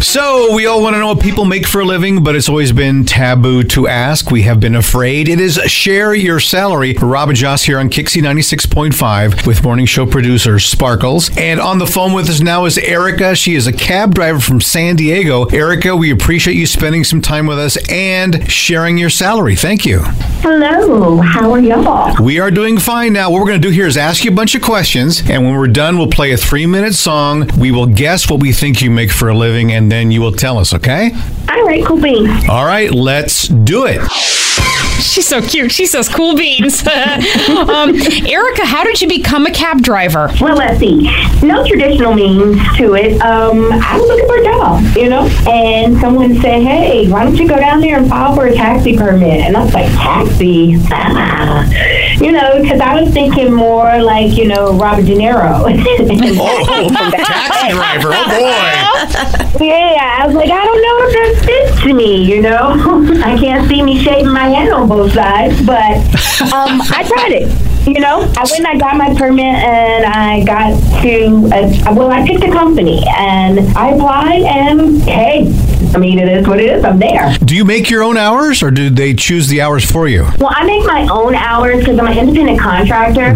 So, we all want to know what people make for a living, but it's always been taboo to ask. We have been afraid. It is share your salary. Rob and Joss here on Kixie 96.5 with morning show producer Sparkles. And on the phone with us now is Erica. She is a cab driver from San Diego. Erica, we appreciate you spending some time with us and sharing your salary. Thank you. Hello, how are y'all? We are doing fine now. What we're going to do here is ask you a bunch of questions, and when we're done, we'll play a three minute song. We will guess what we think you make for a living, and then you will tell us, okay? All right, cool beans. All right, let's do it. She's so cute. She says cool beans. um, Erica, how did you become a cab driver? Well, let's see. No traditional means to it. Um, I was looking for a job, you know, and someone said, "Hey, why don't you go down there and file for a taxi permit?" And I was like, "Taxi." Ah. You know, because I was thinking more like, you know, Robert De Niro. Oh, taxi driver. Oh, yeah, I was like, I don't know if that fits to me, you know? I can't see me shaving my head on both sides, but um, I tried it. You know, I went and I got my permit and I got to, a, well, I picked a company and I applied and hey, I mean, it is what it is. I'm there. boy. Do you make your own hours, or do they choose the hours for you? Well, I make my own hours because I'm an independent contractor.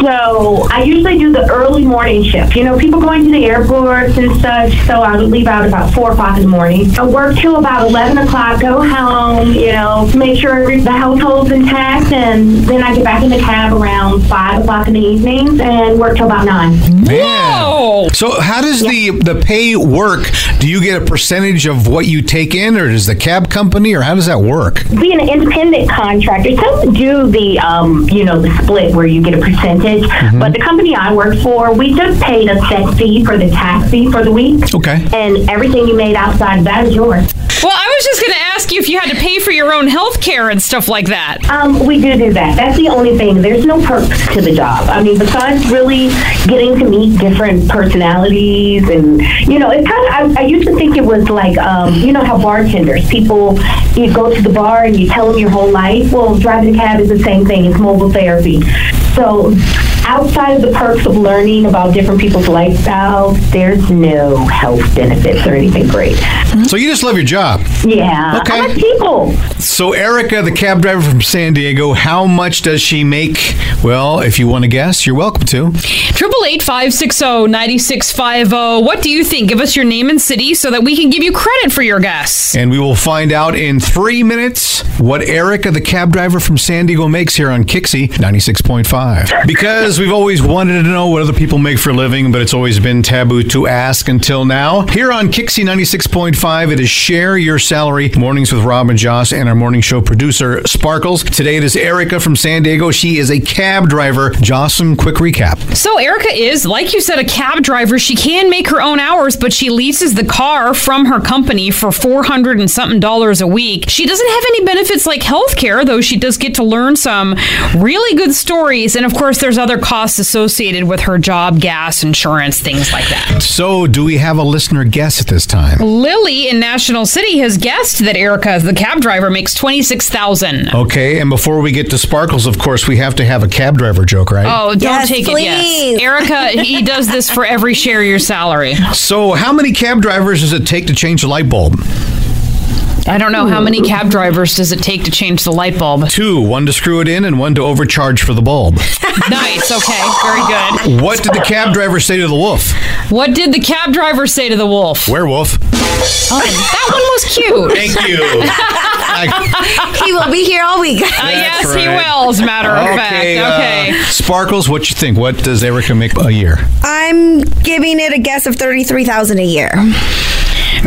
So I usually do the early morning shift. You know, people going to the airports and such. So I would leave out about 4 o'clock in the morning. I work till about 11 o'clock, go home, you know, make sure every- the household's intact. And then I get back in the cab around 5 o'clock in the evenings and work till about 9. Whoa! So, how does the the pay work? Do you get a percentage of what you take in, or does the cab company, or how does that work? being an independent contractor, some do the um, you know the split where you get a percentage. But the company I work for, we just paid a set fee for the tax fee for the week, Okay. and everything you made outside of that is yours. Well, I was just going to ask you if you had to pay for your own health care and stuff like that. Um, we do do that. That's the only thing. There's no perks to the job. I mean, besides really getting to meet different personalities, and you know, it's kind of. I, I used to think it was like, um, you know, how bartenders people you go to the bar and you tell them your whole life. Well, driving a cab is the same thing. It's mobile therapy. So, outside of the perks of learning about different people's lifestyles, there's no health benefits or anything great. Mm-hmm. So you just love your job. Yeah, Okay. I like people. So Erica, the cab driver from San Diego, how much does she make? Well, if you want to guess, you're welcome to. Triple eight five six zero ninety six five zero. What do you think? Give us your name and city so that we can give you credit for your guess. And we will find out in three minutes what Erica, the cab driver from San Diego, makes here on Kixie 96.5. Because we've always wanted to know what other people make for a living, but it's always been taboo to ask until now. Here on Kixie 96.5, it is Share Your Salary Mornings with Rob and Joss and our morning show producer, Sparkles. Today it is Erica from San Diego. She is a cab driver. Joss, some quick recap. So Erica is, like you said, a cab driver. She can make her own hours, but she leases the car from her company for four hundred and something dollars a week. She doesn't have any benefits like health care, though she does get to learn some really good stories. And of course, there's other costs associated with her job, gas, insurance, things like that. So, do we have a listener guess at this time? Lily in National City has guessed that Erica, the cab driver, makes twenty six thousand. Okay, and before we get to Sparkles, of course, we have to have a cab driver joke, right? Oh, don't Yes, take it. Yes, please. Erica, he does this for every share your salary. So, how many cab drivers does it take to change a light bulb? I don't know how many cab drivers does it take to change the light bulb. Two, one to screw it in and one to overcharge for the bulb. nice. Okay. Very good. what did the cab driver say to the wolf? What did the cab driver say to the wolf? Werewolf. Oh, That one was cute. Thank you. I- He will be here all week. Uh, yes, he right. will. As a matter of fact. uh, Okay. Sparkles, what you think? What does Erica make a year? I'm giving it a guess of 33,000 a year.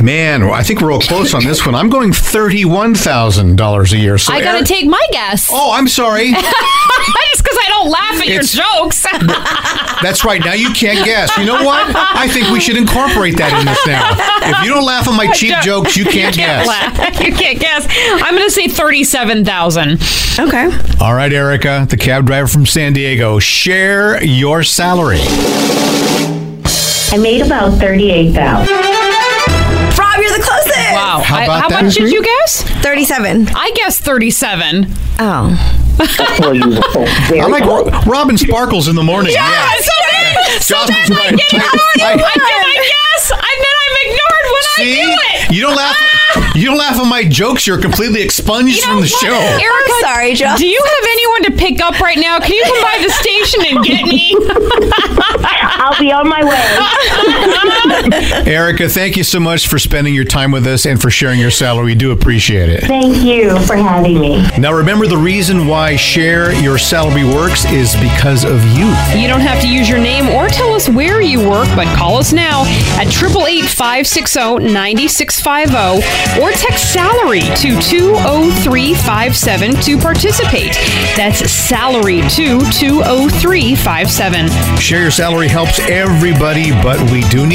Man, well, I think we're real close on this one. I'm going thirty-one thousand dollars a year. So I gotta Eric- take my guess. Oh, I'm sorry. Just because I don't laugh at It's- your jokes. That's right. Now you can't guess. You know what? I think we should incorporate that in this now. If you don't laugh at my cheap jokes, you can't, guess. laugh. you can't guess. I'm going to say 37,000. Okay. All right, Erica, the cab driver from San Diego, share your salary. I made about thirty-eight thousand. Rob, you're the closest. Wow. How I- about how that? much did you guess? 37. I guessed 37. Oh. I'm like Ro- Robin Sparkles in the morning. Yeah, so then, so then Jonathan's I right. get ignored. I get my guess, and then I'm ignored when See, I do it. Ah! you don't laugh. You don't laugh at my jokes. You're completely expunged You know from the what? show. Erica, I'm sorry, Joe. do you have anyone to pick up right now? Can you come by the station and get me? I'll be on my way. Erica, thank you so much for spending your time with us and for sharing your salary. We do appreciate it. Thank you for having me. Now, remember the reason why Share Your Salary works is because of you. You don't have to use your name or tell us where you work, but call us now at 888-560-9650 or text salary to 20357 to participate. That's salary to 20357. Share Your Salary helps everybody, but we do